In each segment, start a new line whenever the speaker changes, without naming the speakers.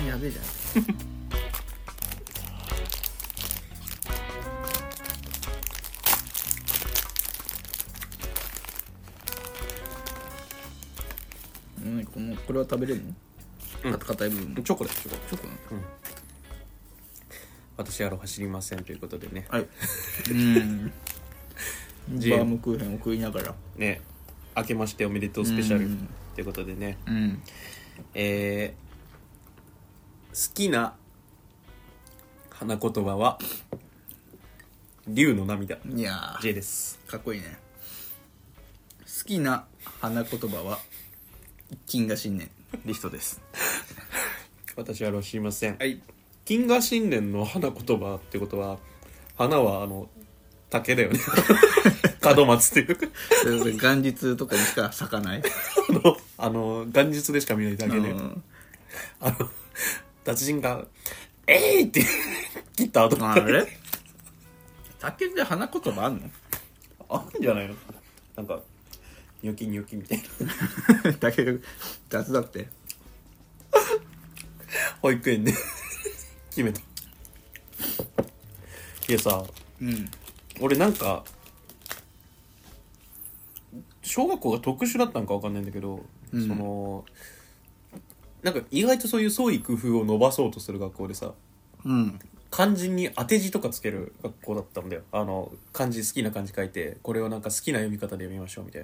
ンやべえじゃんうん、このこれは食べれるの、
うん
か硬い部分
チョコだよチョコ
チョコなんだ
私やろ走りませんということでね
はいうん
ジン
バームクーヘンを食いながら
ね明けましておめでとうスペシャル
うん
ということでね
うん
えー好きな花言葉は「竜の涙
いや」ー
J です
かっこいいね好きな花言葉は金河新年リストです
私は知りません
はい
金河新年の花言葉ってことは花はあの竹 だよね門松っていう
元日とかにしか咲かない
あのあの元日でしか見ないだけで、
うん
あの 達人が「えい!」って 切った後
あれ竹で花言葉あんの
あるんじゃないのなんかニョキニョキみたいな
竹が雑だって
保育園で 決めたいやさ
うん
俺なんか小学校が特殊だったんかわかんないんだけど、
うん
そのなんか意外とそういう創意工夫を伸ばそうとする学校でさ
うん
漢字に当て字とかつける学校だったんだよあの漢字好きな漢字書いてこれをなんか好きな読み方で読みましょうみたい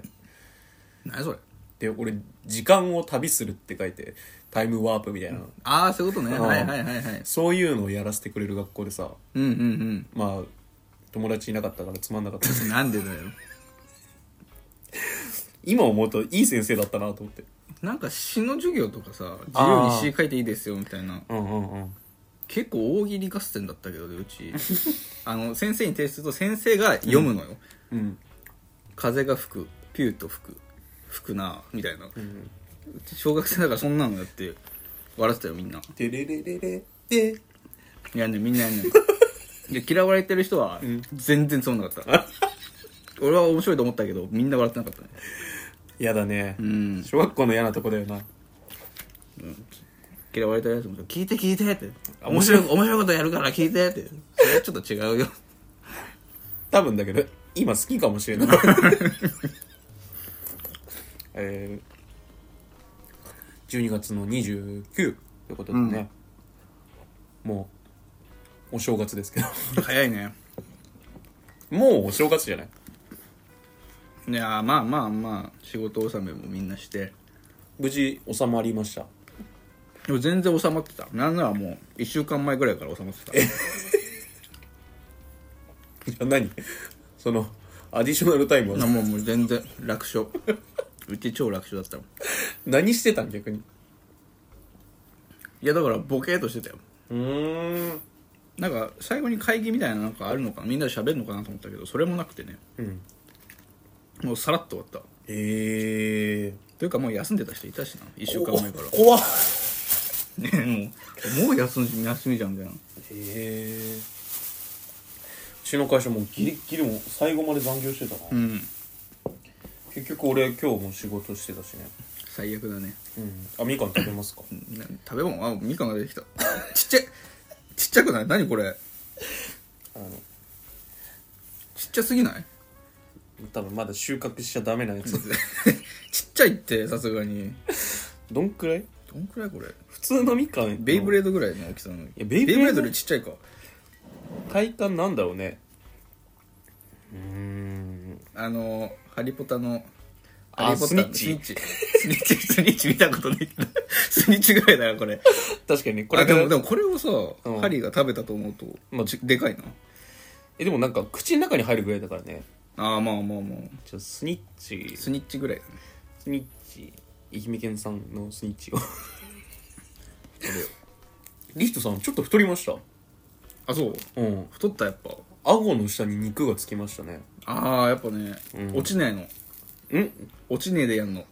な
何それ
で俺「時間を旅する」って書いてタイムワープみたいな、
ああそういうことね
うん
はいはいはいはい
そういうのをやらせてくれる学校でさ
うんうん
まあ友達いなかったからつまんなかった
うんなんでだよ
今思うといい先生だったなと思って
なんか詩の授業とかさ自由
あー
に詩書いていいですよみたいな
うんうんうん
結構大喜利合戦だったけどねう ちあの先生に提出すると先生が読むのよ、
うん
風が吹くピューと吹く吹くなみたいな
うん
小学生だからそんなのやって笑ってたよみんな
てれれれれで
いやねみんな やんねんいや嫌われてる人は
ん
全然そうなか った、俺は面白いと思ったけどみんな笑ってなかったね
やだね、
うん
小学校の嫌なとこだよな
嫌われたやつも聞いて聞いてって
あ
面白い面白いことやるから聞いてってそれはちょっと違うよ
多分だけど今好きかもしれない えー、12月の29ということでね、もうお正月ですけど
早いね
もうお正月じゃない
いやまあまあまあ仕事納めもみんなして
無事収まりました
でも全然収まってたなんならもう1週間前ぐらいから収まってた
いや何そのアディショナルタイム
な
は
もうもう全然楽勝うち超楽勝だったもん
何してたん逆に
いやだからボケーっとしてたよ
うーん
なんか最後に会議みたいななんかあるのかなみんなで喋るのかなと思ったけどそれもなくてね
うん
もうさらっと終わった
ええ
というかもう休んでた人いたしな1週間前から
怖っ
ねもうもう休み休みじゃんみたいな
ええうちの会社もうギリギリもう最後まで残業してたな、
うん
結局俺今日も仕事してたしね
最悪だね
うんあみかん食べますか
な食べ物あみかんが出てきたちっちゃいちっちゃくない何これ
あの
ちっちゃすぎない
多分まだ収穫しちゃダメなやつ
ちっちゃいってさすがに
どんくらい
どんくらいこれ
普通のみかん
ベイブレ
ー
ードぐらいの大きさなのに
やベイブレード
よりちっちゃいか
ド体感なんだろうねうーん
あのハリポタの
あ
ハリポタの
スニ
スニッ
ッ
チスニッチスニッチ見たことないけどスニッチぐらいだなこれ
確かにねこ
あ
れ
で
から
もでもこれをさ、
うん
ハリーが食べたと思うと、
まあ
ちでかいな
えでもなんか口の中に入るぐらいだからね
ああまあまあまあ
ちょスニッチス
スニッチぐらいだね
ニッチ愛媛県産のスニッチ をリヒトさんちょっと太りました
あそう
うん
太ったやっぱ
顎の下に肉がつきましたね
ああやっぱね、
うん
落ちないの
ん
落ちねえでやんの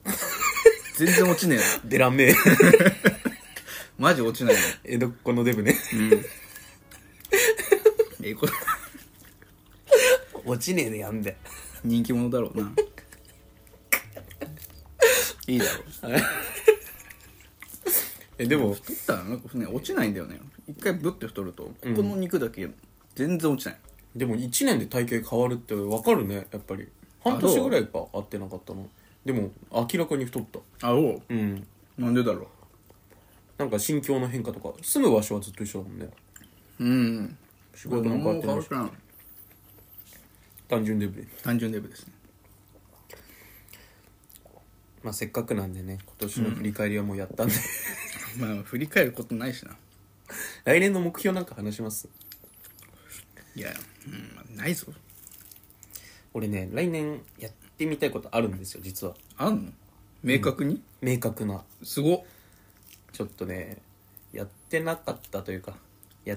全然落ち ねえの
デラメ
マジ落ちないの
江戸っ子のデブね
ええこれ
落ちねえでやんで
人気者だろうないいだろう
えでも
太ったらなんかね落ちないんだよね一回ブッて太るとここの肉だけ全然落ちない、
でも1年で体型変わるって分かるねやっぱり半年ぐらいか会ってなかったのでも明らかに太った
あおう
うん
なんでだろ
なんか心境の変化とか住む場所はずっと一緒だもんね
ううん
仕事も変わってないし
ない
単純デブリ、
単純デブですね
まあ、せっかくなんでね今年の振り返りはもうやったんで、
まあ振り返ることないしな
来年の目標なんか話します
いや、うんまあないぞ
俺ね来年やってみたいことあるんですよ実は
あんの明確に、
明確な
すごっ
ちょっとねやってなかったというかや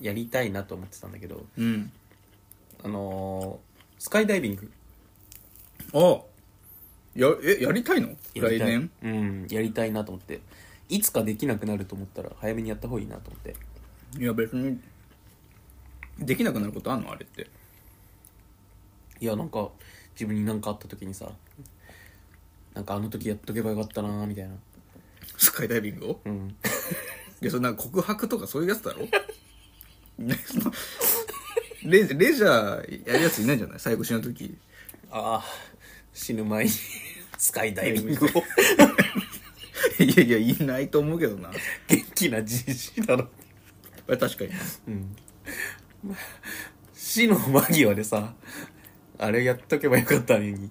やりたいなと思ってたんだけど
うん
あのースカイダイビング
あやえやりたいの
や
来
りたい
年
うんやりたいなと思っていつかできなくなると思ったら早めにやった方がいいなと思って
いや別にできなくなることあんのあれって
いやなんか自分に何かあった時にさなんかあの時やっとけばよかったなーみたいな
スカイダイビングを
うん
いやそれなんか告白とかそういうやつだろ ねそのレジレジャーやるやついないんじゃない最後死ぬ時
ああ死ぬ前に スカイダイビングを
いやいやいないと思うけどな
元気なじじいだろ
あ確かに
うん死の間際でさあれやっとけばよかったのに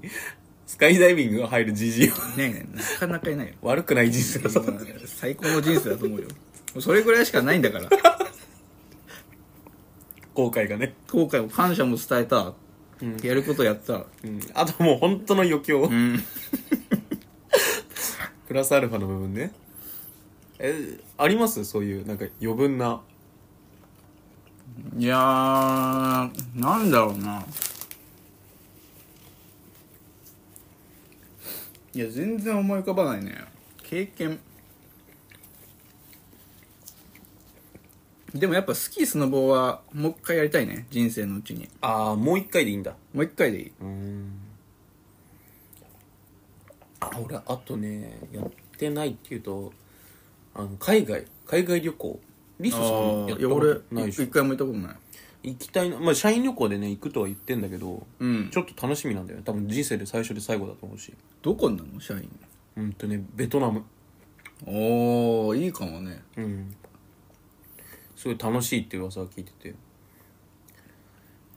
スカイダイビングが入るじじいは
ねえなかなかいないよ
悪くないじじいだぞ
最高の人生だと思うよもうそれぐらいしかないんだから
後悔がね、
後悔も感謝も伝えた、
うん
やることやった
うん、あともう本当の余興、
ん
プラスアルファの部分ねえありますそういうなんか余分ない
やーなんだろうないや全然思い浮かばないね経験でもやっぱスキースノボーはもう一回やりたいね人生のうちに
ああもう一回でいいんだ
もう一回でいい
うんあ俺あとねやってないっていうとあの海外海外旅行リスさん
い
やった
や
こ
俺
とないでしょ
一回も行ったことない
行きたいなまあ社員旅行でね行くとは言ってんだけど、
うん
ちょっと楽しみなんだよね多分人生で最初で最後だと思うし
どこになるの社員
うんとねベトナム
おーいいかもね
うんすごい楽しいって噂を聞いてて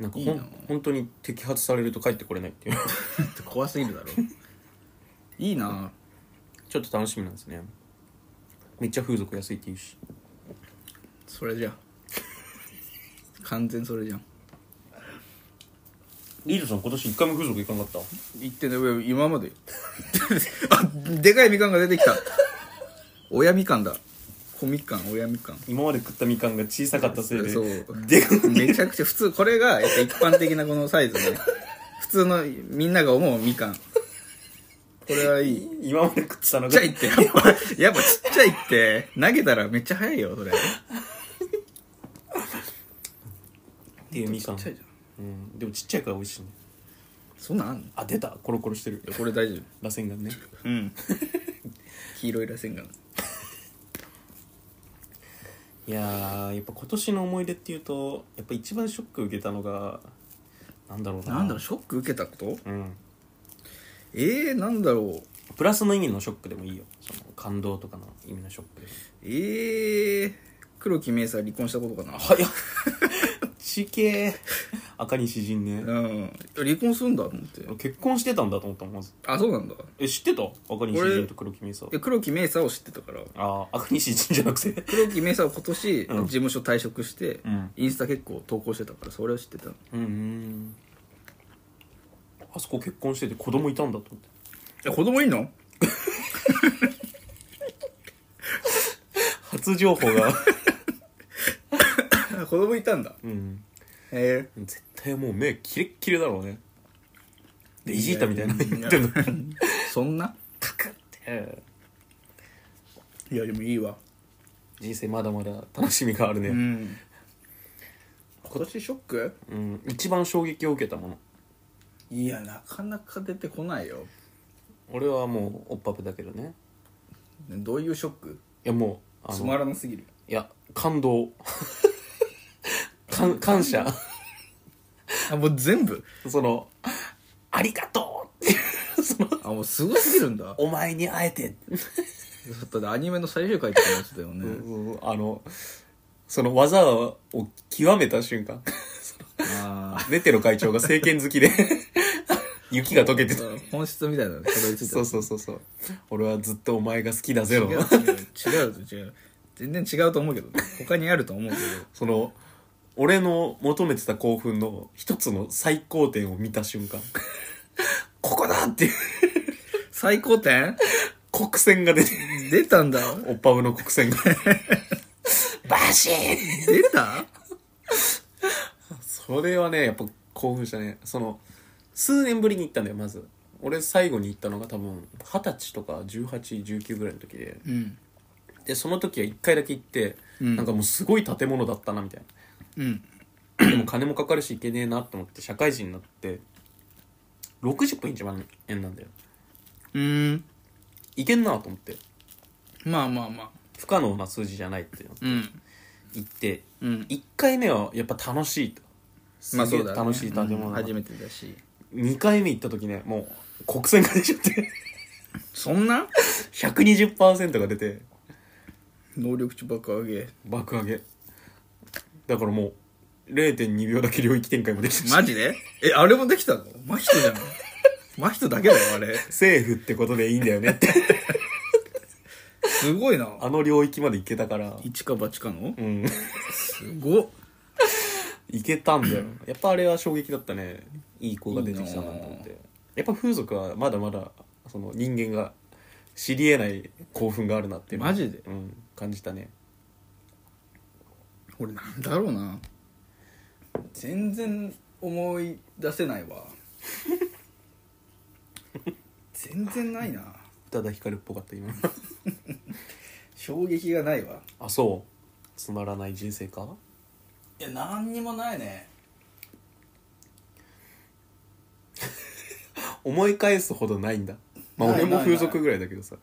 なんかほん
いいな
本当に摘発されると帰ってこれないっていう
怖すぎるだろいいな
ちょっと楽しみなんですねめっちゃ風俗安いって言うし
それじゃん完全それじゃん
リードさん今年一回も風俗行かなかった
言ってんだよ今まで あでかいみかんが出てきた親みかんだ小みかん親みかん
今まで食ったみかんが小さかったせいで
そう
で か
めちゃくちゃ普通これがやっぱ一般的なこのサイズね普通のみんなが思うみかんこれはいい
今まで食ってたの
ちっち
が
ゃいってやっぱやっぱちっちゃいって投げたらめっちゃ速いよそれ
っていうみかん
ちっちゃいじゃん
うん、でもちっちゃいから美味しいね
そんなんあんのい
あ出たコロコロしてる
やこれ大丈夫
螺 旋丸ね
うん黄色い螺旋が
いやーやっぱ今年の思い出っていうとやっぱ一番ショック受けたのがなんだろうな
なんだろうショック受けたこと
うん
えー、なんだろう
プラスの意味のショックでもいいよその感動とかの意味のショックでも
えー、黒木メイサ離婚したことかな
早 っちけー赤西仁ね
うん離婚するんだと思って
結婚してたんだと思ったもんまず
あそうなんだ
え知ってた赤西仁と黒木メイサ
で黒木メイサを知ってたから
ああ赤西仁じゃなくて
黒木メイサは今年事
うん
務所退職して、
うん
インスタ結構投稿してたからそれを知ってたの
うんうんあそこ結婚してて子供いたんだと思って
え子供いんの
初情報 が
子供いたんだ
うん
え
絶対もう目キレッキレだろうねでいじったみたいなの
いやいや
言ってんの
ー、そんな
カクって
いやでもいいわ
人生まだまだ楽しみがあるね、
うん今年ショック
うん一番衝撃を受けたもの
いやなかなか出てこないよ
俺はもうおっぱべだけどね
どういうショック
やもうあ
つ
の
まらなすぎる
いや感動感感謝
あもう全部
その「ありがとう!」っていうその
あもうすごすぎるんだ
「お前に会 えて」
だってアニメの最終回ってやつだよね、
うんあのその技を極めた瞬間
あ
ネテロ会長が政権好 きで雪が溶けてた
ー本質みたいなのにたどり着いた
そうそうそうそう俺はずっとお前が好きだぜ
違
の
う違う違う違う全然違うと思うけどね他にあると思うけど
その俺の求めてた興奮の一つの最高点を見た瞬間ここだっていう
最高点
黒線が出て
出たんだ
おっぱぶの黒線がバシーン
出た
それはねやっぱ興奮したねその数年ぶりに行ったんだよまず俺最後に行ったのが多分二十歳とか1819ぐらいの時で
うん
でその時は1回だけ行って、
うん
なんかもうすごい建物だったなみたい
うん
なでも金もかかるし行けねえなと思って社会人になって60分1万円なんだよ
うーん
行けんなと思って
まあまあまあ
不可能な数字じゃないっていうの
うん
行って
うん
1回目はやっぱ楽しいとす
まあ
げ
そ
え
うだ、ね、
楽しい建物だな、
うん初めてだし
2回目行った時ねもう国線が出ちゃって
そんな
120%が出て
能力値爆上げ
爆上げだからもう0.2秒だけ領域展開もできた し、
マジでえあれもできたの真人じゃん真人だけだよあれ
セーフってことでいいんだよねって
すごいな
あの領域まで行けたから
一か八かの
うん
すごっ
行けたんだよやっぱあれは衝撃だったねいい子が出てきたなと思っ
い
てやっぱ風俗はまだまだその人間が知り得ない興奮があるなっていうのを
マジで
うん、感じたね
俺なんだろうな全然思い出せないわ全然ないな
宇多田ヒカルっぽかっ た今
衝撃がないわ
あそうつまらない人生か
いや何にもないね
思い返すほどないんだまあ
ない
俺も
ない
風俗ぐらいだけどさ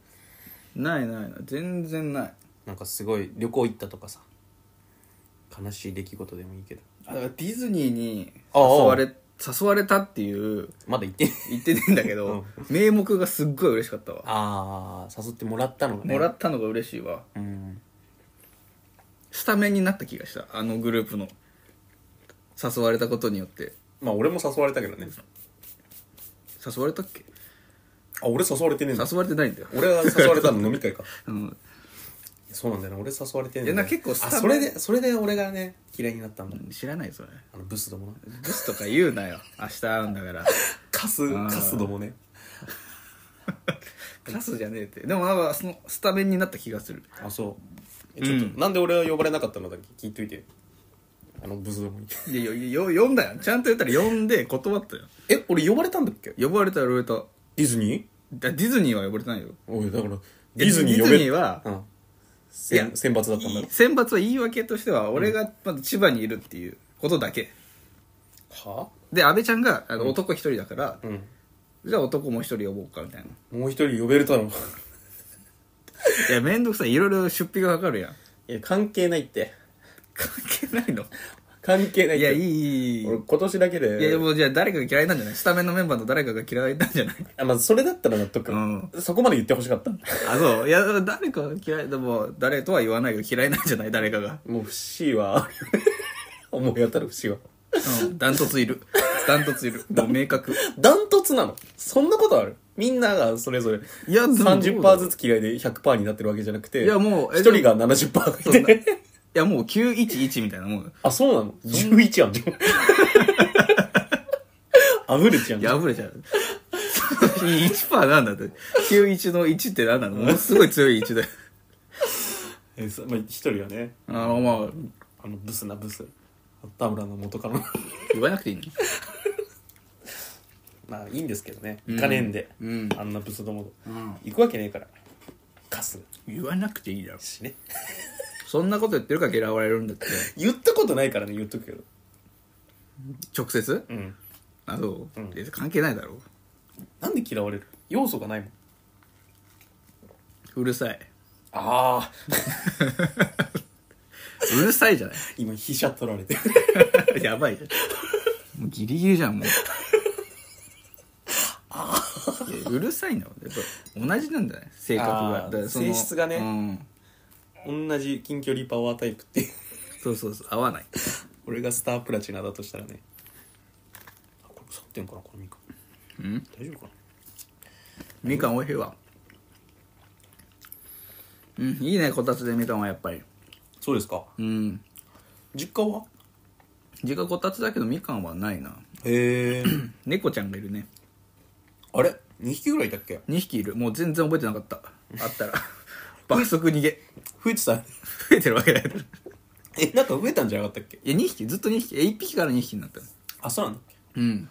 ないないない全然ない
なんかすごい旅行行ったとかさ悲しい出来事でもいいけど
あだからディズニーに
あ
誘
あ
われ誘われたっていう
まだ行ってない
言ってねえんだけど、名目がすっごい嬉しかったわ
ああ誘ってもらったのがね
もらったのが嬉しいわ
うん
スタメンになった気がしたあのグループの誘われたことによって
まあ俺も誘われたけどね
誘われたっけ
あ俺誘われてねえんだ
誘われてないんだよ
俺が誘われたの飲み会 か
うん
そうなんだよね俺誘われてね
いやな結構スタ
あ
メン
それでそれで俺がね嫌いになったんだ、
知らないそれ
あのブスどもな
ブスとか言うなよ明日会うんだから
カス
ー
カスどもね
カスじゃねえってでもなんかそのスタメンになった気がする
あそうえちょっと、なんで俺は呼ばれなかったのだけ聞いといてあのブスどもに
いやいやよ読んだよちゃんと言ったら読んで断ったよ
え俺呼ばれたんだっけ
呼ばれたら呼ばれた
ディズニ
だディズニーは呼ばれてないよ
ーおいだから
デ
デ
ィ
ィ
ズ
ズ
ニ
ニ
ー
ー
呼
呼
べ
べうん、
いや
選選抜だったんだろ
い選抜は言い訳としては俺がまず千葉にいるっていうことだけ
は
で阿部ちゃんがあの男一人だから、
うん
じゃあ男もう一人呼ぼうかみたいな
もう一人呼べるだろ
いやめんどくさいいろいろ出費がかかるやん
いや関係ないって
関係ないの
関係ない
い
っ
や
て
いいいいいい
俺今年だけで
いやでもじゃあ誰かが嫌いなんじゃないスタメンのメンバーの誰かが嫌いなんじゃない
あまあ、それだったら納得、
うん
そこまで言ってほしかった
あそういや誰かが嫌いでも誰とは言わないが嫌いなんじゃない誰かが、
もう節は 思い当たる節は
うん、ダントツいるダントツいるもう明確
ダントツなのそんなことあるみんながそれぞれ
いやでもどうだろう
30%ずつ嫌いで100%になってるわけじゃなくて
いやもうえ
1人が70%がいて
いやもう911みたいなもん
あそうなの11やんじゃん あぶれちゃんじゃん
破れちゃう1%なんだって91の1って何なのものすごい強い1だよ
えそまあ、1人はね
あのまあ
あのブスなブス田村の元カノ
言わなくていいの
まあいいんですけどね行かねえんで、
うん
あんなブスどもと、
ん
行くわけねえからカス
言わなくていいだろ
しね
そんなこと言ってるから嫌われるんだって
言ったことないからね言っとくけど
直接
うん
あそう、
うん
いや関係ないだろ
なんで嫌われる要素がないもん
うるさい
ああ
うるさいじゃな
今飛車取られて
いやばい もうギリギリじゃんもういやうるさいなやっぱ同じなんだね性格
あ
が
ー
だからその
性質がね
うん
同じ近距離パワータイプっていう
そうそうそう合わない
俺がスタープラチナだとしたらねあこれ腐ってんかなこのみか
うん
大丈夫かな
みかんおいしいわうんいいねこたつでみかんはやっぱり
そうですか
うん
実家は
自家こたつだけどみかんはないな
へえ
猫ちゃんがいるね
あれ2匹ぐらいいたっけ
2匹いるもう全然覚えてなかったあったら 爆速逃げ
増えてた
増えてるわけだよ
えなんか増えたんじゃなかったっけ
いや2匹ずっと2匹え1匹から2匹になったの
あそうなんだ
うん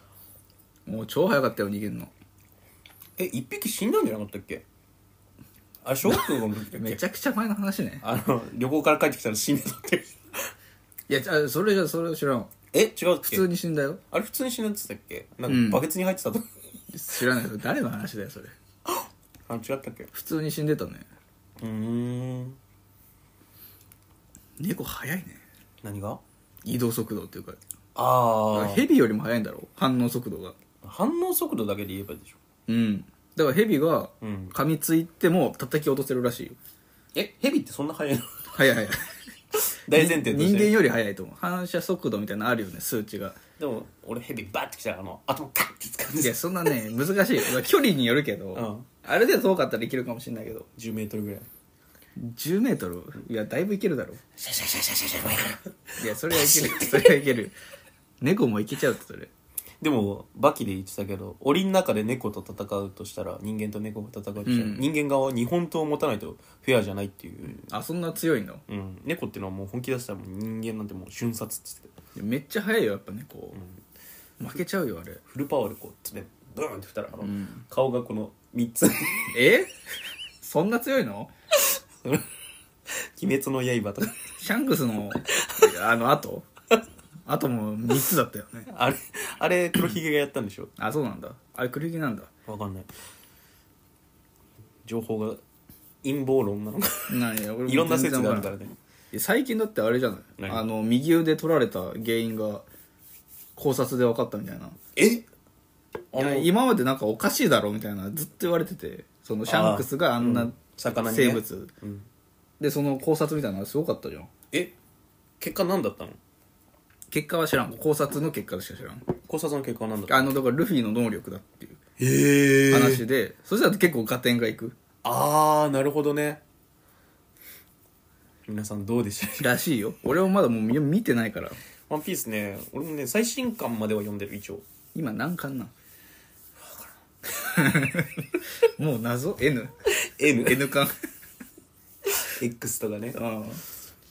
もう超早かったよ逃げるの
え一1匹死んだんじゃなかったっけあれ小学校の時だっ
め
け
ちゃくちゃ前の話ね
あの旅行から帰ってきたら死んでたって
いやあそれじゃそれ知らんわ
え違うっけ
普通に死んだよ
あれ普通に死ぬって言ってたっけな
うんん
かバケツに入ってたと、
知らないそれ誰の話だよそれ
あ違ったっけう
普通に死んでたね
ーん
猫早いね
何が
移動速度っていうか
ああ
ヘビよりも速いんだろ反応速度が
反応速度だけで言えばいいでしょ
うんだからヘビが
うん
噛みついても叩き落とせるらしいよ
えヘビってそんな速いの
速い速い
大前提と し
人間
て
より速いと思 う反射速度みたいなのあるよね数値が
でも俺ヘビバッてきたらあの頭カッて掴ん
い
で
やそんなね難しいよまあ距離によるけど、
うん
ある程度遠かったらいけるかもしれないけど
10メートルぐらい
1 0ルいやだいぶいけるだろ
シャシャシャシャシャシャ
いやそれはいけ るそれはいける猫もいけちゃうってそれ
でもバキで言ってたけど檻の中で猫と戦うとしたら人間と猫が戦うとした
う
ら、
ん
人間側は日本刀を持たないとフェアじゃないっていう、
あそんな強いの
うん、猫っていうのはもう本気出したらもう人間なんてもう瞬殺っつってた
めっちゃ速いよやっぱ猫、負けちゃうよあれ
フルパワーでこう爪ブーンって振ったらあの、顔がこの3つ
えそんな強いの
鬼滅の刃とか
シャンクスのあの後あとも3つだったよね
あれあれ黒ひげがやったんでしょ
あそうなんだあれクリギなんだ
わかんない情報が陰謀論なのか
なんや俺も
いろんな
全
説
然
があ
わ
る
か
からら
ん
ね
いや最近だってあれじゃない
何
あの右腕取られた原因が考察で分かったみたいな
えあ
いや
の
今までなんかおかしいだろみたいなずっと言われててそのシャンクスがあん
う
なん
魚にね
生物、
うん
でその考察みたいなのがすごかったじゃん
え結果何だったの
結果は知らん考察の結果しか知らん
考察の結果は何だったの
あのだからルフィの能力だっていう
へえ
話で、そしたら結構合点がいく
ああなるほどね皆さんどうでした
らしいよ俺はまだもう見見てないから
ワンピースね俺もね最新巻までは読んでる一応
今何巻なん もう謎 N
NX
N 巻
とかね
うん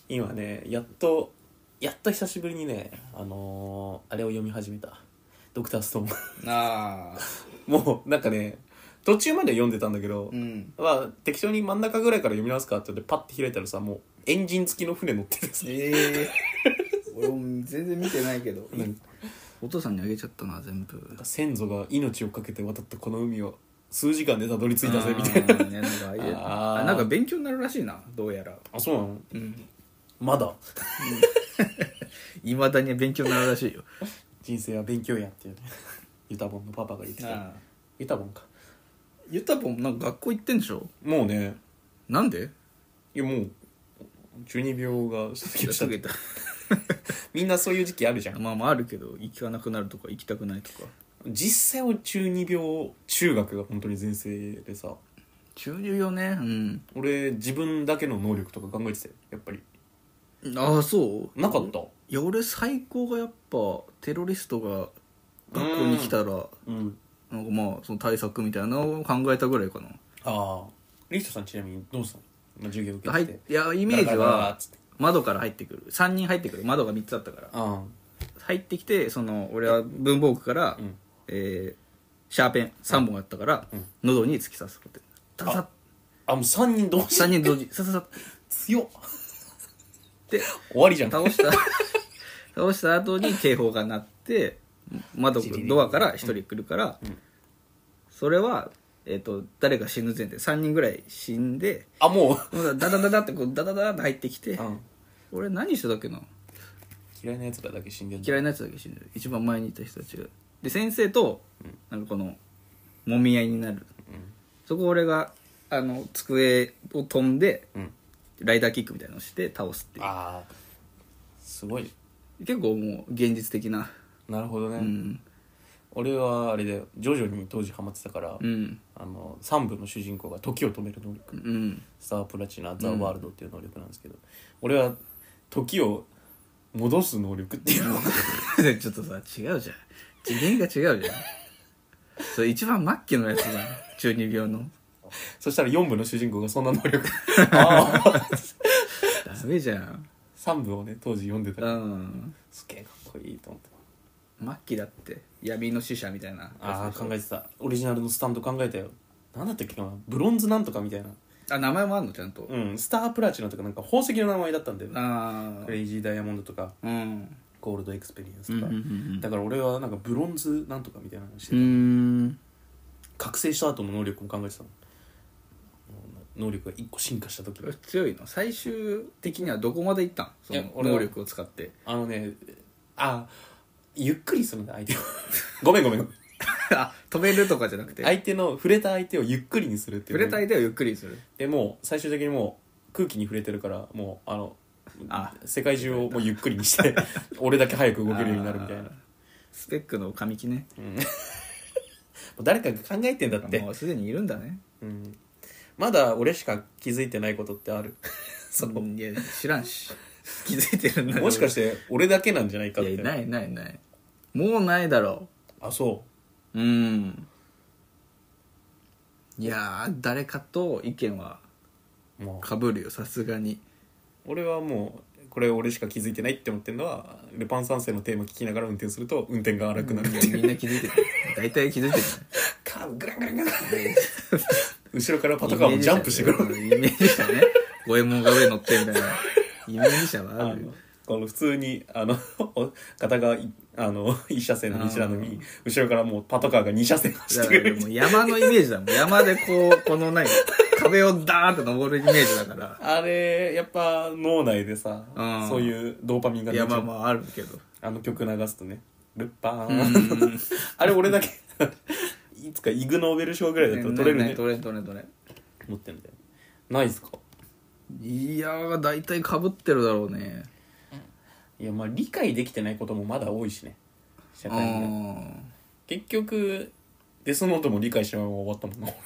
今ねやっとやっと久しぶりにねあのー、あれを読み始めた「ドクターストーン
ああ」
もうなんかね途中まで読んでたんだけど、
うん
まあ適当に真ん中ぐらいから読み直すかって言ってパッて開いたらさもうエンジン付きの船乗っててさ
ええ俺も全然見て ないけどお父さんにあげちゃったな全部
先祖が命をかけて渡ったこの海を数時間でたどり着いたぜみたい
なな
な
んかああいう
あー
あなんか勉強になるらしいなどうやら
あそうなの
うん
まだ
いまだに勉強になるらしいよ
人生は勉強やっていうねユタボンのパパが言ってた
あー
ユタボンか
ゆたぽんなんか学校行ってんでしょ
もうね
なんで
いやもう中二病が卒業 した
やっとけ
みんなそういう時期あるじゃ
た
ん
まあまああるけど行かなくなるとか行きたくないとか
実際は中二病中学が本当に全盛でさ
中二病ねうん
俺自分だけの能力とか考えてたよやっぱり
ああそう
なかった
いや俺最高がやっぱテロリストが学校に来たら
うん
なんかまあその対策みたいなのを考えたぐらいかな
ああリストさんちなみにどうしたのまあ授業受け
は
て
い
て
いやイメー
ガ
ジ
ラガラガラ
は
っつって
窓から入ってくる3人入ってくる窓が3つあったから
あ
入ってきてその俺は文房具から、
うん
えーシャーペン3本あったから、
うん
喉に突き刺すことタタ
ああもう3人同
ッ
士
3人同時サササっ
強って終わりじゃん
倒した 倒した後に警報が鳴って窓ドアから1人来るから、それはえっと誰か死ぬ前提3人ぐらい死んで
あもう
ダダダダってこうダダダダって入ってきて、
うん
俺何してたっけな
嫌いなやつらだけ死んでる
嫌いなやつだけ死んでる一番前にいた人たちがで先生となんかこのもみ合いになる、そこ俺があの机を飛んで
うん
ライダーキックみたいなのをして倒すってい
ああすごいう
結構もう現実的な
なるほどね、
うん
俺はあれだよ徐々に当時ハマってたから、
うん
あの3部の主人公が時を止める能
う
力
ん
スター・プラチナ・ザ・ワールドっていう能力なんですけど、俺は時を戻す能力っ ていうのを
でちょっとさ違うじゃん次元が違うじゃんそれ一番末期のやつだ中二病の
そしたら4部の主人公がそんな能 力ああ
ダメじゃ ん
3部をね当時読んでた
う
から
ん
すげえかっこいいと思って
末期だって闇の死者みたいな
ああ考えてたオリジナルのスタンド考えたよなんだったっけかなブロンズなんとかみたいな
あ名前もあんのちゃんと、
うんスター・プラチナとかなんか宝石の名前だったんだよ
ああ
クレイジー・ダイヤモンドとか
うん
ゴールド・エクスペリエン
うん
スとか、だから俺はなんかブロンズなんとかみたいなのして
うんうん
覚醒した後の能力も考えてたの能力が一個進化した時
強いの最終的にはどこまでいったんそ
いや
の
俺は
能力を使って
あのねあゆっくりするんだ相手を ごめんごめんごめん
あ止めるとかじゃなくて
相手の触れた相手をゆっくりにするっていう
触れた相手をゆっくりする
でもう最終的にもう空気に触れてるからもうあの
あ
世界中をもうゆっくりにして 俺だけ早く動けるようになるみたいな
あースペックの紙機ね
うんもう誰かが考えてんだって
もうすでにいるんだね
うんまだ俺しか気づいてないことって あるその
うんいや知らんし 気づいてるんだ
もしかしてて俺だけなんじゃないかっ
い
て
やないないないもうないだろ
あそう
うんいやー誰かと意見は
うもう
かぶるよさすがに
俺はもうこれ俺しか気づいてないって思ってるのは「ルパン三世」のテーマ聞きながら運転すると運転が荒くなるっていう、
みんな気づいてる大体気づい てる
カーブグラングラングラン 後ろからパトカーも
イメージ
ジャンプしてくる
うんイメージ車ね五右衛門が上乗ってみたいなイメージ車はあ
あ
るよ
のこの普通にあの 片側いあの一車線の道なのに後ろからもうパトカーが二車線走っ
だ
て
から
くる
もう山のイメージだもん山でこうこの何壁をダーンと登るイメージだから
あれやっぱ脳内でさ、
うん
そういうドーパミンが
い
出ちゃ
や
う
まあまああるけど
あの曲流すとね「ルッパーン」 あれ俺だけいつかイグ・ノーベル賞ぐらいだったら取れるね
取れん取れん取れ
持ってんだよないっすか
んいやー大体かぶってるだろうね
いやまあ理解できてないこともまだ多いしね社
う
会にね
ん
結局デスノートも理解してないまま終わったもん なね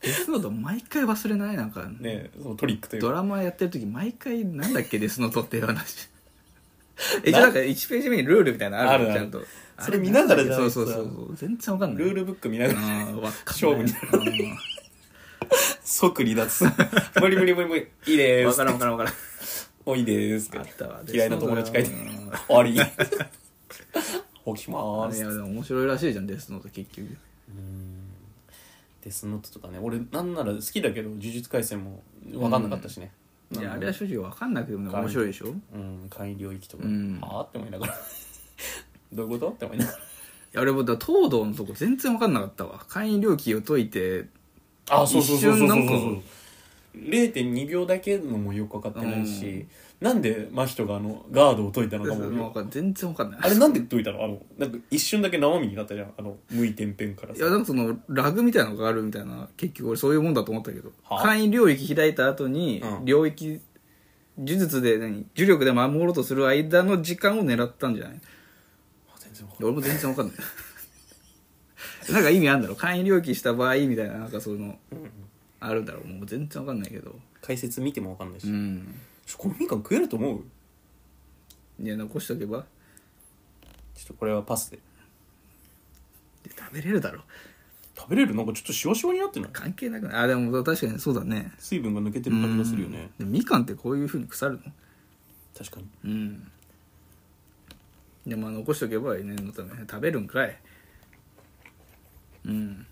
デスノート毎回忘れないなんか
えそのトリックという
ド
か
ラマやってる時毎回なんだっけデスノートっていう 話えじゃあなんか1ページ目にルールみたいなのある
あるあ
ち
る
ゃんと
それ見ながらじゃない
そう
です
そ
か
うそうそう全然わかんない
ルールブック見ながら
ああわか
勝負
ん
に
ないうん
即離 脱無理無理無理無理いい でー
わ
す
からんわからんわからん
もういいでーす
あったわ
嫌いな友達書いて
デスノートな
終わり起きまー
い
す
やでも面白いらしいじゃんデスノート結局
うんデスノートとかね俺なんなら好きだけど呪術廻戦も分かんなかったしね、
いや
なん
あ
か
れは正直わかんなくてもね面白いでしょい
うん海領域とか、
うん
はあって思いながら どういうことって思いながら
や俺もだから東堂のとこ全然わかんなかったわ会員料金を解いて
あそうそうそうそうそう
一瞬な
そう
んか
0.2秒だけのもよく分かってないし、なんで真人があのガードを解いたのかも
もうわかん全然わかんない
あれなんで解いたのあのなんか一瞬だけ生身になったじゃんあの無いてんぺんから
い
さ
やなんかそのラグみたいなのがあるみたいな結局俺そういうもんだと思ったけど
はあ
会員領域開いた後に
うん
領域呪術で何呪力で守ろうとする間の時間を狙ったんじゃない
全然わかんない
俺も全然わかんない なんか意味あるんだろう会員料金した場合みたいななんかそのあるんだろうもう全然わかんないけど
解説見ても分かんないし、
うん
このみかん食えると思う
いや残しとけば
ちょっとこれはパスで
で食べれるだろう
食べれるなんかちょっとしわしわになってない
関係なくないあでも確かにそうだね
水分が抜けてる感じがするよね
でもみかんってこういうふうに腐るの
確かに
うんでも残しとけば念のため食べるんかいうん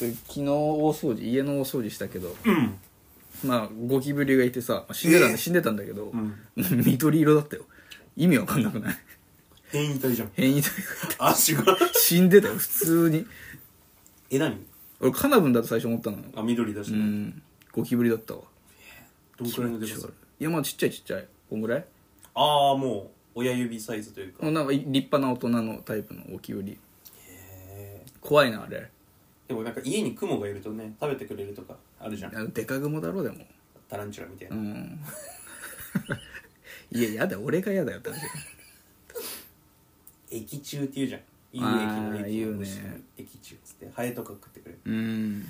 で昨日大掃除家の大掃除したけど、
うん
まあゴキブリがいてさまあ死んでたんだ、死んでたんだけど、
ん
緑色だったよ意味わかんなくない
変異体じゃん
変異というか
足が
死んでたよ普通に
え何
俺カナブンだと最初思ったのよ
あ緑だし
う
ね、
んゴキブリだったわ
どんくらいのでかさ
いやまあちっちゃいちっちゃいこんぐらい
ああもう親指サイズというか、
もうなんかい立派な大人のタイプのゴキブリ
へー
怖いなあれ
でもなんか家にクモがいるとね食べてくれるとかあるじゃん
あのデカグモだろでも
タランチュラみたいうな、
んいややだ俺がやだよ確か
液中っていうじゃんいい液
あ
の
ー
液
言うね
虫の液中っつってハエとか食ってくれる
にうん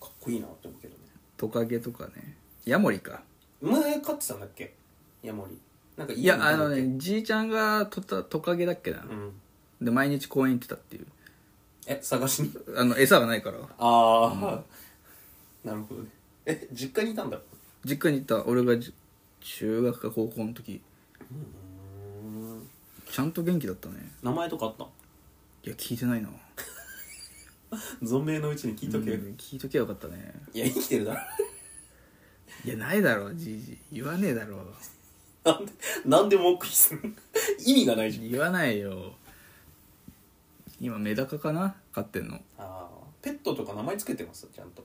かっこいいなって思うけどね
トカゲとかねヤモリか
前飼ってたんだっけヤモリなんか
いや
家に
あ
いた
の
んだっけ
ねじいちゃんがとったトカゲだっけな、
うん
で毎日公園行ってたっていう
え探しに
あの餌がないから
ああ、なるほどねえ実家にいたんだ
実家に行った俺がじ中学か高校の時
うん
ちゃんと元気だったね
名前とかあった
いや聞いてないな
存命のうちに聞いとけよ、
うん聞いときゃよかったね
いや生きてるだろ
いやないだろじいじ言わねえだろ
なんでなんで文句する 意味がないじゃん
言わないよ今メダカかな飼ってんの
ああペットとか名前つけてますちゃんと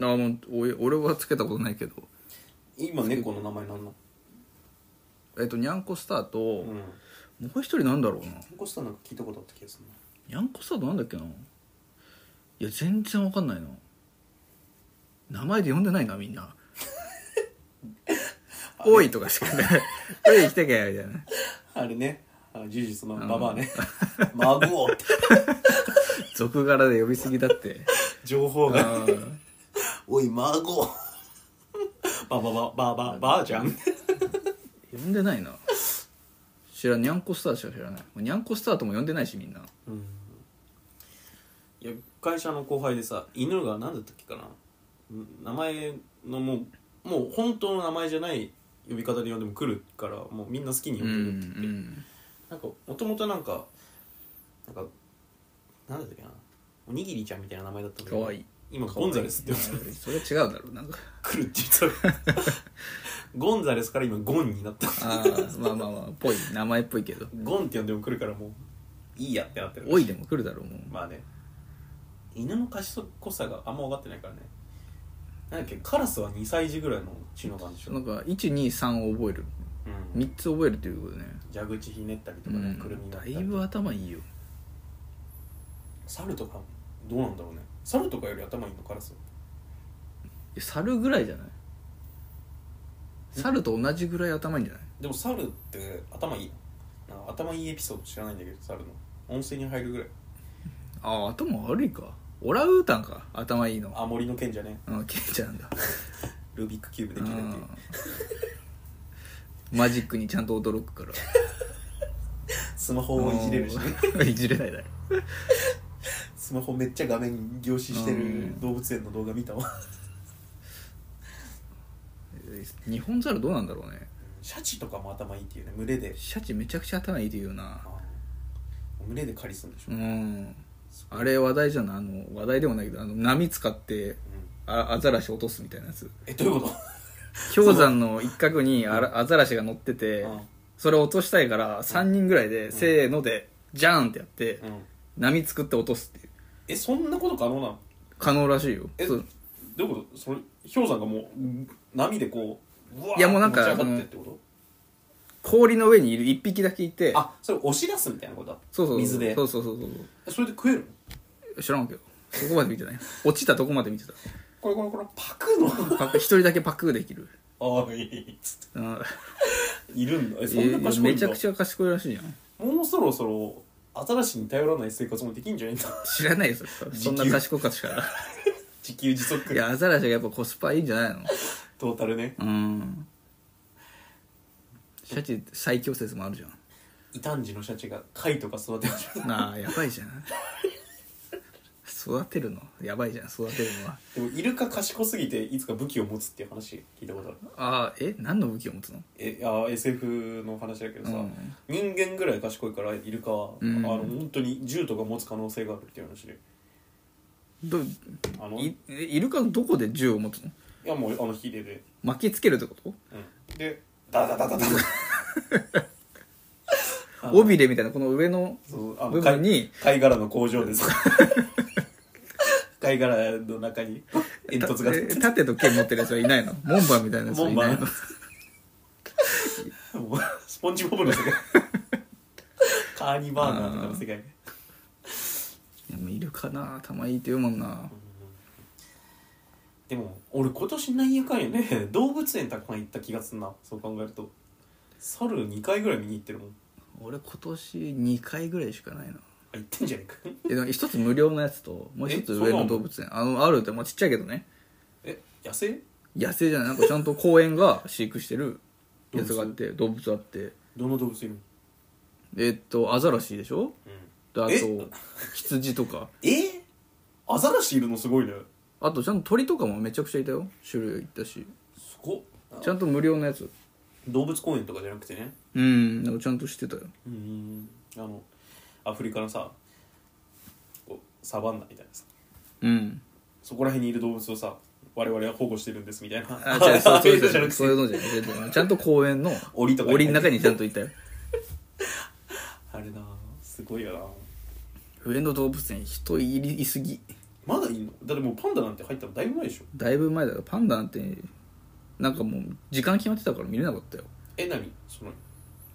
あもうおい俺はつけたことないけど
今猫の名前なんな
えっとにゃんこスターと、
うん
もう一人なんだろうな
猫下なんか聞いたことあった気がするな
にゃんこスターとなんだっけないや全然わかんないな名前で呼んでないなみ んな「おい」とかしかね 「おい来てけ」みたいな
あれねあの呪術のババアね 孫って
俗柄で呼びすぎだ って
情報
う
が
ん
おい孫 ババババババアじゃん
呼んでないな知らんにゃんこスターしか知らないにゃんこスターとも呼んでないしみんない
や会社の後輩でさ犬が何だったっけかなん名前のもうもう本当の名前じゃない呼び方で呼んでも来るからもうみんな好きに呼
うんん
で
う
るって言って、
ん
なんかもともとなんかなんかなんだったっけなおにぎりちゃんみたいな名前だったんだ
かわいい
今ゴンザレスって呼んでる
それ違うだろうなんか
来るって言ったら ゴンザレスから今ゴンになった
あ あまあまあまあぽい名前っぽいけど
ゴンって呼んでも来るからもういいやってなって
「
る
おい」でも来るだろうもう
まあね犬の賢さがあんま分かってないからねなんだっけカラスは2歳児ぐらいの知能があるんでしょ、う
なん
ん、
か123を覚える3つ覚えるということね
蛇口ひねったりと
う
かね、
ん
くるみ
だ
だったり
いぶ頭いいよ
猿とかどうなんだろうね猿とかより頭いいのカラス
いや猿ぐらいじゃない猿と同じぐらい頭いいんじゃない
でも猿って頭いいのなんか頭いいエピソード知らないんだけど猿の温泉に入るぐらい
ああ頭悪いかオランウータンか頭いいの
あ森の剣じゃね
うんケンちゃんなんだ
ルービックキューブで
う
きるっていうん
マジックにちゃんと驚くから
スマホをいじれるしね
うん いじれないだろ
スマホめっちゃ画面凝視して
う
る
ん
動物園の動画見 たわ
日本猿どうなんだろうね
シャチとかも頭いいっていうね群れで
シャチめちゃくちゃ頭いいって言うな
群れで狩りするんでしょ、
うんあれ話題じゃないあの話題でもないけどあの波使って
うん
あアザラシ落とすみたいなやつ
えどうい うこと
氷山の一角にあらアザラシが乗ってて、それを落としたいから3人ぐらいで、せーのでジャーンってやって、
うん
波作って落とすっていう
えそんなこと可能なの
可能らしいよ
え
そう
どういうことそれ氷山がもう波でこううわー
いやもうなんか
持ち上がってってこと
氷の上にいる1匹だけいて
あそれ押し出すみたいなことだ
そうそう
水で
そうそうそうそう
えそれで食えるの
知らんけどそこまで見てない 落ちたとこまで見てた
これこれこれパ クの
パク一人だけパクできる、
おいつって
うん、
いるんだえそんな賢い
め
ん
ち
だ
ゃくちゃ賢いらしいじゃん
もうそろそろ新しいに頼らない生活もできんじゃないんだ
知らないよそれそんな賢かしから
自給自
い
足
やアザラシがやっぱコスパいいんじゃないの
トータルね
うんシャチ最強説もあるじゃん
異端児のシャチが貝とか育て始めた
なあやばいじゃん育てるのやばいじゃん育てるのは
でもイルカ賢すぎていつか武器を持つっていう話聞いたことある
ああえ何の武器を持つの
えあ SF の話だけどさ、
うん
人間ぐらい賢いからイルカは、
うん
あの本当に銃とか持つ可能性があるっていう話で
ど
あの
い
い
えイルカのどこで銃を持つの
やもうあのヒレで、
巻きつけるってこと
うん、でダダダ ダダあの
尾びれみたいなこの上の
そうあ
部
の貝
分に
貝殻の工場でさ 貝殻の中に煙突が
え盾と剣持ってるやつはいないの門番みたいなやつはい ない
門
の
もうスポンジボブの 世界カーニバーナーとかの世
い
界
やもういるかな頭いいって言うもんな
でも俺今年なんやかんやね 動物園たくさん行った気がすんなそう考えると猿2回ぐらい見に行ってるもん
俺今年2回ぐらいしかないな
あ行ってんじゃねえか
えでも一つ無料のやつともう一つ
え
上の動物園あのあるってまあちっちゃいけどね
え野生
野生じゃないなんかちゃんと公園が飼育してるやつがあって動物あって
どの動物いるの
えっとアザラシでしょであ
え
と羊とか
えアザラシいるのすごいね
あとちゃんと鳥とかもめちゃくちゃいたよ種類いったし
すごっ
ちゃんと無料のやつ
動物公園とかじゃなくてね
うんなんかちゃんとしてたよ
うんあのアフリカのさこうサバンナみたいなさ
うん
そこら辺にいる動物をさ我々は保護してるんですみたいな
あ違うそうそういうの
じ
じ
ゃ
ゃな
なく
く
て
そういうのじゃなくてちゃんと公園の
檻とか
檻の中にちゃんといたよ
あれなすごいよな
上野動物園人いりいすぎ
まだいんのだってもうパンダなんて入ったのだいぶ前でしょ
だいぶ前だよパンダなんてなんかもう時間決まってたから見れなかったよ
え何その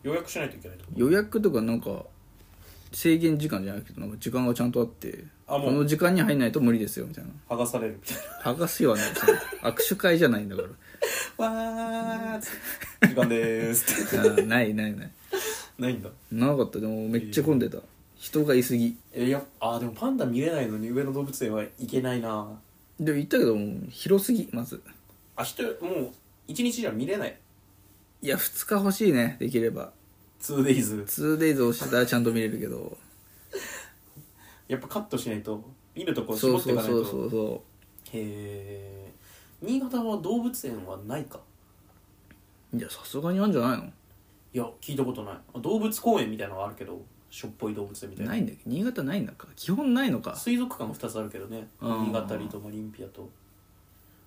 予約しないといけないってこ
予約とかなんか制限時間じゃなくてなんか時間がちゃんとあって
あもう
この時間に入んないと無理ですよみたいな
と剥がされるみたい
剥がすよはないですよ握手会じゃないんだから
な わーっつって時間でーす って
あーないないない
ないんだ
なかったでもめっちゃ混んでた人がいすぎ
えいやあーでもパンダ見れないのに上野動物園は行けないな
でも行ったけどもう広すぎまず
明日もう一日じゃ見れない
いや2日欲しいねできれば
2days
2days をしてたらちゃんと見れるけど
やっぱカットしないと見るとこ
そ
絞
う
って
そ
い
う
かない
そう
と
そうそ
へえ新潟は動物園はないか
ういやさすがにあるんじゃないの
いや聞いたことない動物公園みたいなのはあるけどしょっぽい動物園みたいな
ないんだっけ新潟ないのか基本ないのか
水族館が2つあるけどね
うん
新潟リとマリンピアと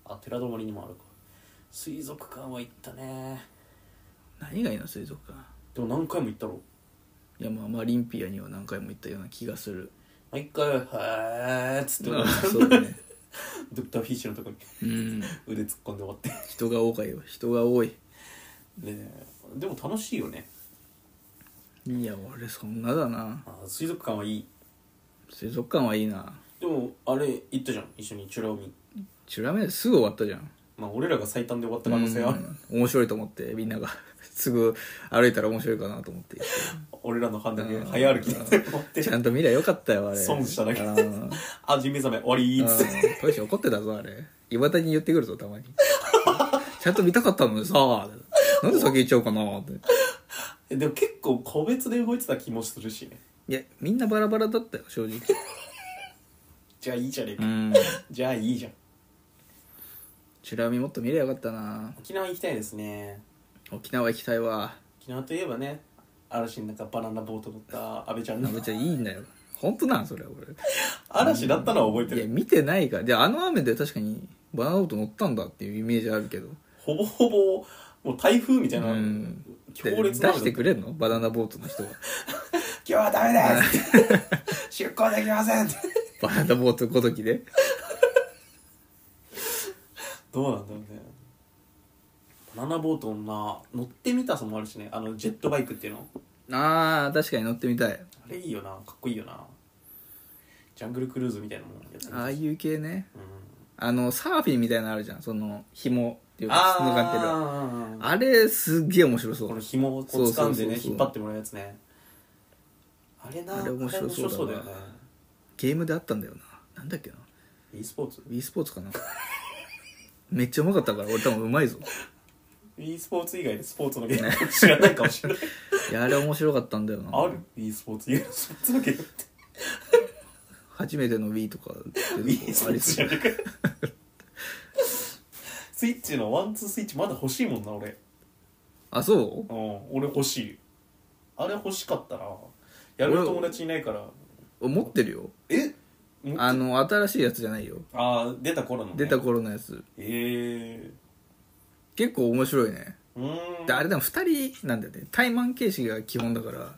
あ寺泊にもあるか水族館は行ったね
何がいいの水族館
でも何回も行ったろ
いやまあまあリンピアには何回も行ったような気がする
毎回「はーっつって
ああそうだね
ドクターフィッシュのとこに
うん
腕突っ込んで終わってね
人が多いよ人が多い
えでも楽しいよね
いや俺そんなだな
あ水族館はいい
水族館はいいな
でもあれ行ったじゃん一緒にチュラ海
チュラメですぐ終わったじゃん
まあ俺らが最短で終わった可能性はある
うん面白いと思ってみんなが すぐ歩いたら面白いかなと思って
俺らの判断で早歩きで終わって
ちゃんと見りゃよかったよあれ
損しただけ
あー
あ人目覚め終わり
うん
ーっつって
トイシ怒ってたぞあれ岩田に言ってくるぞたまに ちゃんと見たかったのにさなんで先行っちゃうかなって
えでも結構個別で動いてた気もするしね
いやみんなバラバラだったよ正直
じゃあいいじゃねえ
う
か
ん
じゃあいいじゃん
チュラミもっと見りゃよかったな
沖縄行きたいですね
沖縄行きたいわ
沖縄といえばね嵐の中バナナボート乗った安倍ちゃん
あ
の
めちゃいいんだよ本当なんそれ俺
嵐だったのは覚えて
いや
る
見てないからであの雨で確かにバナナボート乗ったんだっていうイメージあるけど
ほぼほぼもう台風みたいな
うん
強烈
で
な
出してくれんのバナナボートの人が
今日はダメです 出航できませんって
バナナボートごときで
どうなんだろうねバナナボートな乗ってみたさもあるしねあのジェットバイクっていうの
あー確かに乗ってみたい
あれいいよなかっこいいよなジャングルクルーズみたいなもんやってみた
ああいう系ね
うん
あのサーフィンみたいなのあるじゃんその紐っていうか繋がってる
あー
あれすっげえ面白そ
この
う
紐をこう掴んで
そ
ね
うそうそうそう
引っ張ってもらうやつねあれな
あれ面白そうだな
あれ面よね
ゲームであったんだよななんだっけな
e スポーツ
e スポーツかなめっちゃうまかったから俺多分うまいぞ
e スポーツ以外でスポーツのゲーム 知らないかもしれ ない
いやあれ面白かったんだよな
ある e スポーツ以外のスポーツのゲームって
初めての Wii とかっていうの
e ス
も
ポ
あ
ー
り
ツ
そ
じゃ
う
ねえかスイッチのワンツースイッチまだ欲しいもんな俺
あそう
うん俺欲しいあれ欲しかったなやる友達いないから
持ってるよ
えも
あの新しいやつじゃないよ
あー出た頃の、ね、
出た頃のやつ
ええ
結構面白いね
うーん
であれでも2人なんだよね怠慢形式が基本だから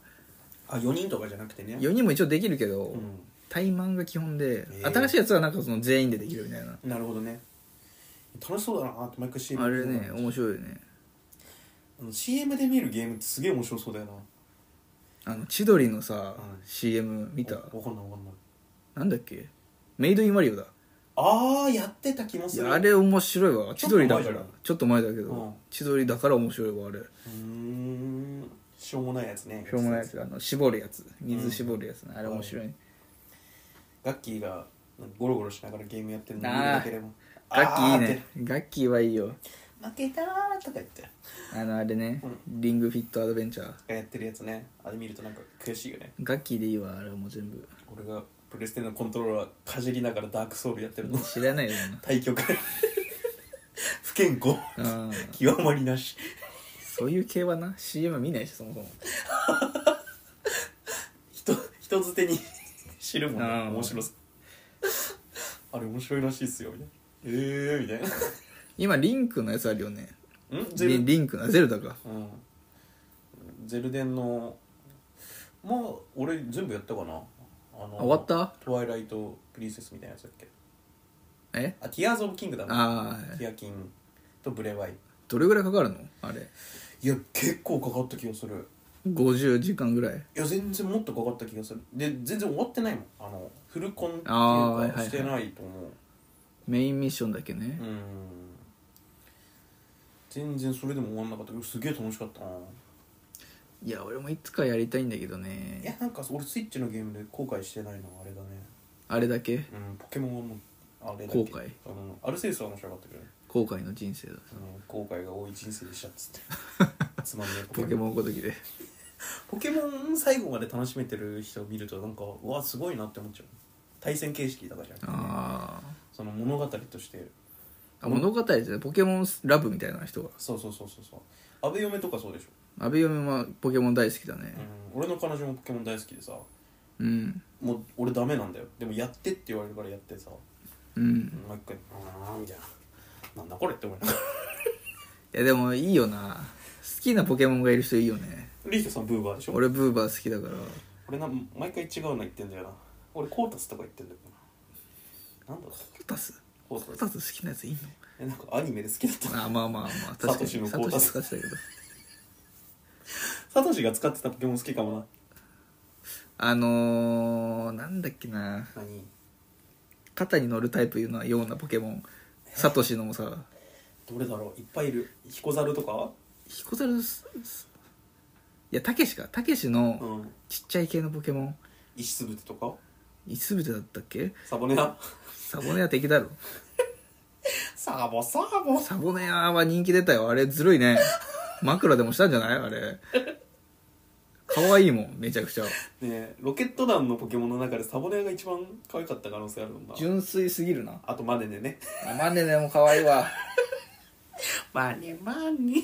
あ4人とかじゃなくてね
4人も一応できるけど、
うん
対マンが基本で、
えー
新しいやつはなんかその全員でできるみたいな
なるほどね楽しそうだなって毎回 CM
あれね面白いよね
あの CM で見るゲームってすげえ面白そうだよな
あの千鳥のさ、
うん
CM 見た
おわかんないわかんない
なんだっけメイドインマリオだ
ああやってた気も
い
する
やあれ面白いわ千鳥だ
ち
か
ょっと前じ
ら
ゃない
ちょっと前だけ
うん
ど千鳥だから面白いわあれ
うーんしょうもないやつね
しょうもないやつあの絞るやつ水絞るやつねあれ面白いね
ガッキーがゴロゴロしながらゲームやってるの
あー
見るだけでも
ガッキーいい
あーっ
ねガッキーはいいよ
て負けたーとか言って
あのあれねリングフィットアドベンチャー
やってるやつねあれ見るとなんか悔しいよね
ガッキーでいいわあれもう全部
俺がプレステのコントローラーかじりながらダークソウルやっ てるの
知らないよそんな
対局不健康
うん
極まりなし
そういう系はな CM 見ないしそもそも
人人づてに 知るもんね
あー
面白さあれ面白いらしいっすよみたいなええー、みたいな
今リンクのやつあるよね
んゼル
リリンクのゼルダか
うんゼルデンのまあ俺全部やったかなあの
あ終わった
トワイライトプリンセスみたいなやつだっけ
え
あティアーズ・オブ・キングダム
ああ
ティアキンとブレワイ
どれぐらいかかるのあれ
いや結構かかった気がする
50時間ぐらい
いや全然もっとかかった気がするで全然終わってないもんあのフルコンっていう
あーはいは
か
いはい
してないと思う、
メインミッションだけね
うん全然それでも終わんなかったけどすげえ楽しかったない
や俺もいつかやりたいんだけど
いや
ね
なんか俺スイッチのゲームで後悔してないのはあれだね
あれだけ
うん、ポケモンはもうあれだけ
後悔
あのアルセウスは面白かったけどね、
後悔の人生だ
うん、後悔が多い人生でしたっつ ってつまんねえ
ポケモンごときで
ポケモン最後まで楽しめてる人を見るとなんかうわすごいなって思っちゃう対戦形式だからじゃなくてね、
あ
その物語として
ーあ物語じゃないポケモンラブみたいな人が
そうそうそうそうそう阿部嫁とかそうでしょ、
阿部嫁はポケモン大好きだね
うん、俺の彼女もポケモン大好きでさ
うん
もう俺ダメなんだよでもやってって言われるからやってさ
うん
もう一回「ああ」みたいな「なんだこれ」って思い ながら
いやでもいいよな好きなポケモンがいる人いいよね
リートさんブーバーでしょ
俺ブーバー好きだから
俺な毎回違うの言ってんだよな俺コータスとか言ってんだよななんだろう
コータス
コ
コ
ー
ー
タス
タス好きなやついい
えなんかアニメで好きだった
のあーまあまあまあ
サトシの
サ
コー
ト
タ
シ
ス
使ってたけど
サトシが使ってたポケモン好きかもな
あのー、なんだっけな
何
肩に乗るタイプいうのはようなポケモンサトシのもさ
どれだろういっぱいいるヒコザルとか
彦猿すすいやたけしかたけしの
うん
ちっちゃい系のポケモン
石つぶてとか
いつぶてだったっけ
サボネア
サボネア敵だろ
サボサボ
サボネアは人気出たよあれずるいね枕でもしたんじゃないあれ可愛いもんめちゃくちゃ
ねえロケット団のポケモンの中でサボネアが一番可愛かった可能性あるもんな
純粋すぎるな
あとマネでね
あマネネも可愛いわ
マネマネ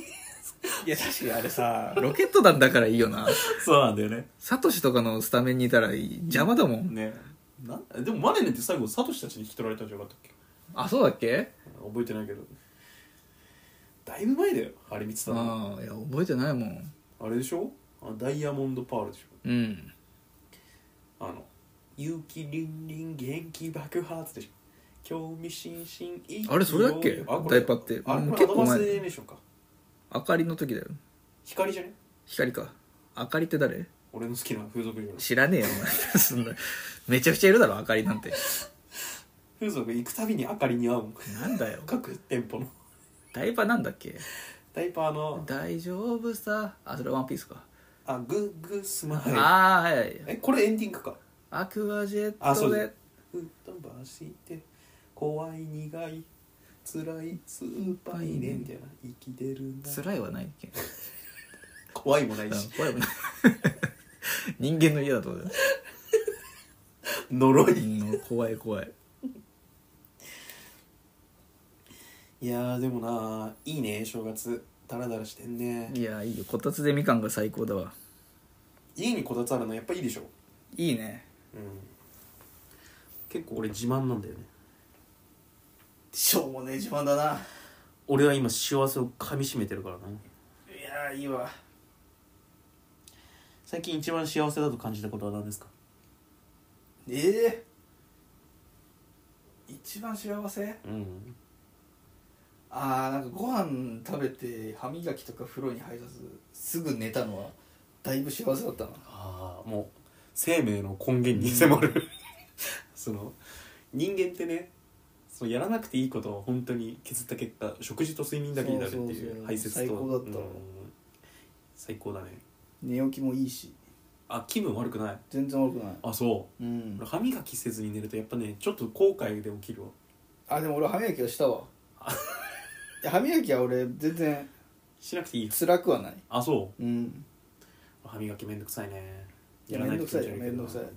いや確かにあれさロケット団だからいいよな
そうなんだよね
サトシとかのスタメンにいたらいい邪魔だもん
ねなんでもマネネって最後サトシたちに引き取られたんじゃなかったっけ
あそうだっけ
覚えてないけどだいぶ前だよあれ見てたの
ああいや覚えてないもん
あれでしょあダイヤモンドパールでし
うん
ょあの「勇気りんりん元気爆発」でしょ興味津々いい
あれそれだっけ
あこれ
ダイパって
あれ
うん
これア
結
ド
構
バ
前
ンスデーでしょうか
明かりの時だよ
光じゃね
光か明かりって誰
俺の好きな風俗嬢
知らねえよお前 そんなめちゃくちゃいるだろ明かりなんて
風俗行くたびに明かりに合うもん
なんだよ
各店舗の
ダイパなんだっけ
ダイパーの
大丈夫さあそれワンピースか、
あグッグッスマイル
ああはいはい
えこれエンディングか
アクアジェ
あ
ッ
そ
ト
う
で
です吹っ飛ばして怖い苦い辛い酸っぱいねみたいな生きてるんだ
辛いはないっけ
怖いもない
うん
し
怖いもん人間の家だと思うよ
呪
う
い
ん怖い怖い
いやーでもなーいいね正月ダラダラしてんね
いやいいよこたつでみかんが最高だわ
家にこたつあるのやっぱいいでしょ
いいね
うん結構俺自慢なんだよね
しょうもねえ自慢だな
俺は今幸せをかみしめてるからな
や
い
いいわ
最近一番幸せだと感じたことは何ですか
ええ一番幸せ
うん
ああなんかご飯食べて歯磨きとか風呂に入らずすぐ寝たのはだいぶ幸せだったな
ああもう生命の根源に迫る、その人間ってねそのやらなくていいことを本当に削った結果食事と睡眠だけになるって
そう
い
そうそう
う排泄と
最高だった
うん最高だね
寝起きもいいし
あ気分悪くない
全然悪くない
あそうう、
ん
俺歯磨きせずに寝るとやっぱねちょっと後悔で起きるわ
あでも俺歯磨きはした わいや歯磨きは俺全然
しなくていいよ
辛くはない
あそ
うん
う歯磨きめんどくさいね
いやめんどくさい
や
よ
ら
め
なん
ど
と
くさい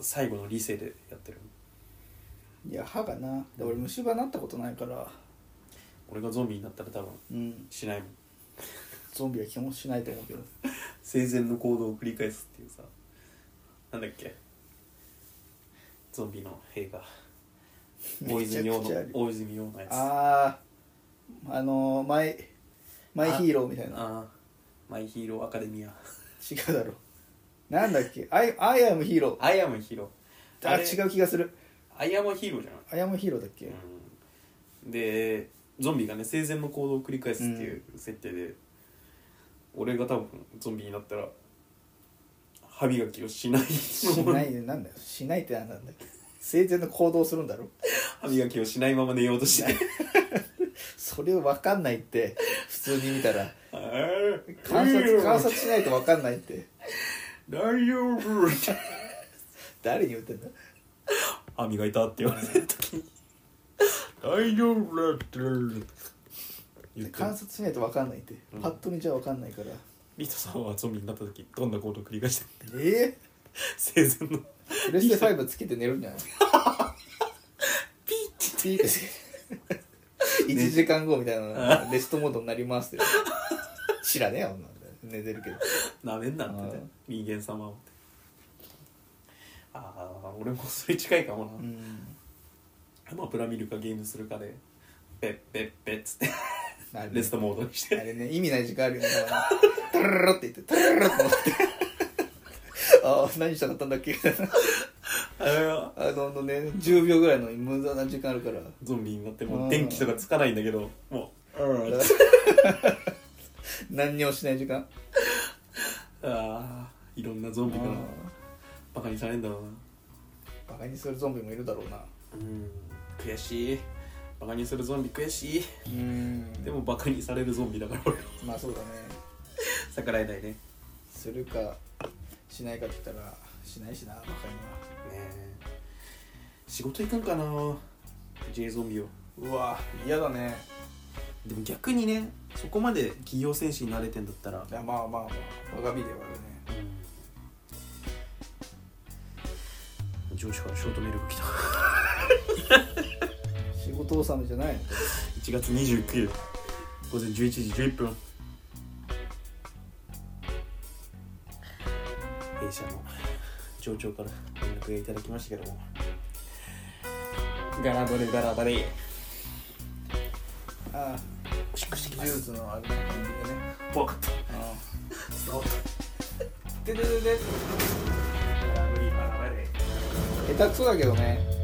最後の理性でやってる
いや歯がなで俺虫歯なったことないから
俺がゾンビになったら多
う
分
ん
しないもん
ゾンビは気もしないと思う けど
生前の行動を繰り返すっていうさなんだっけゾンビの映画大泉洋
め
の
ちゃくちゃある
大泉洋のやつあ
あああのーマイマイヒーローみたいな
あマイヒーローアカデミア
違うだろなんだっけアイアイアムヒーロ
アイアムヒーロ
ー
ー
あ
れ
違う気がする
アイアムヒーローじゃない
アイアムヒーローだっけ、
うんでゾンビがね生前の行動を繰り返すっていう設定で、俺が多分ゾンビになったら歯磨きをしない
しないでなんだよしないってなんだっけ生前の行動をするんだろ
歯磨きをしないまま寝ようとして
それを分かんないって普通に見たら
あー
観察観察しないと分かんないって
大丈夫
誰に言ってんだ
歯磨いたって言われた時に大丈夫だって言って
観察しないと分かんないって、
うん
パッと見じゃ分かんないから
リトさんはゾンビになった時どんな行動を繰り返してる
え
生前
え
の
プレステ5つけて寝るんじゃない
ピーって
ピーって1時間後みたいなのレストモードになりますって知らねえよ女寝てるけど
なめんなって
あー
ね人間様をああ俺もそれ近いかもな、
うん
まあプラ見るかゲームするかでペッペッペッつって
あれ
レストモードにして
あれね意味ない時間あるよねトゥルルルって言ってトゥルルルって思ってああ何したかったんだっけ
あー
あのね10秒ぐらいの無駄な時間あるから
ゾンビになってもう電気とかつかないんだけどもううん
何にもしない時間
あーいろんなゾンビからバカにされんだろうな
バカにするゾンビもいるだろうな
うん悔しいバカにするゾンビ悔しい
うん
でもバカにされるゾンビだから俺は
まあそうだね
逆らえないねね
するかしないかって言ったらしないしなバカには
え仕事行かんかな J ゾンビを
うわ嫌だね
でも逆にねそこまで企業戦士になれてんだったら
いやまあまあまあ我が身ではあるね
上司からショートメールが来 た
仕事納めじゃないの
1月29日午前11時11分弊社の上長から連絡がいただきましたけどもガラバレガラバレ
ああ
しっくしてき
呪
ます
術のあれだね感じでね
怖かった
あ
伝わった
あでででで
ガラバレガラバレ
下手くそだけどね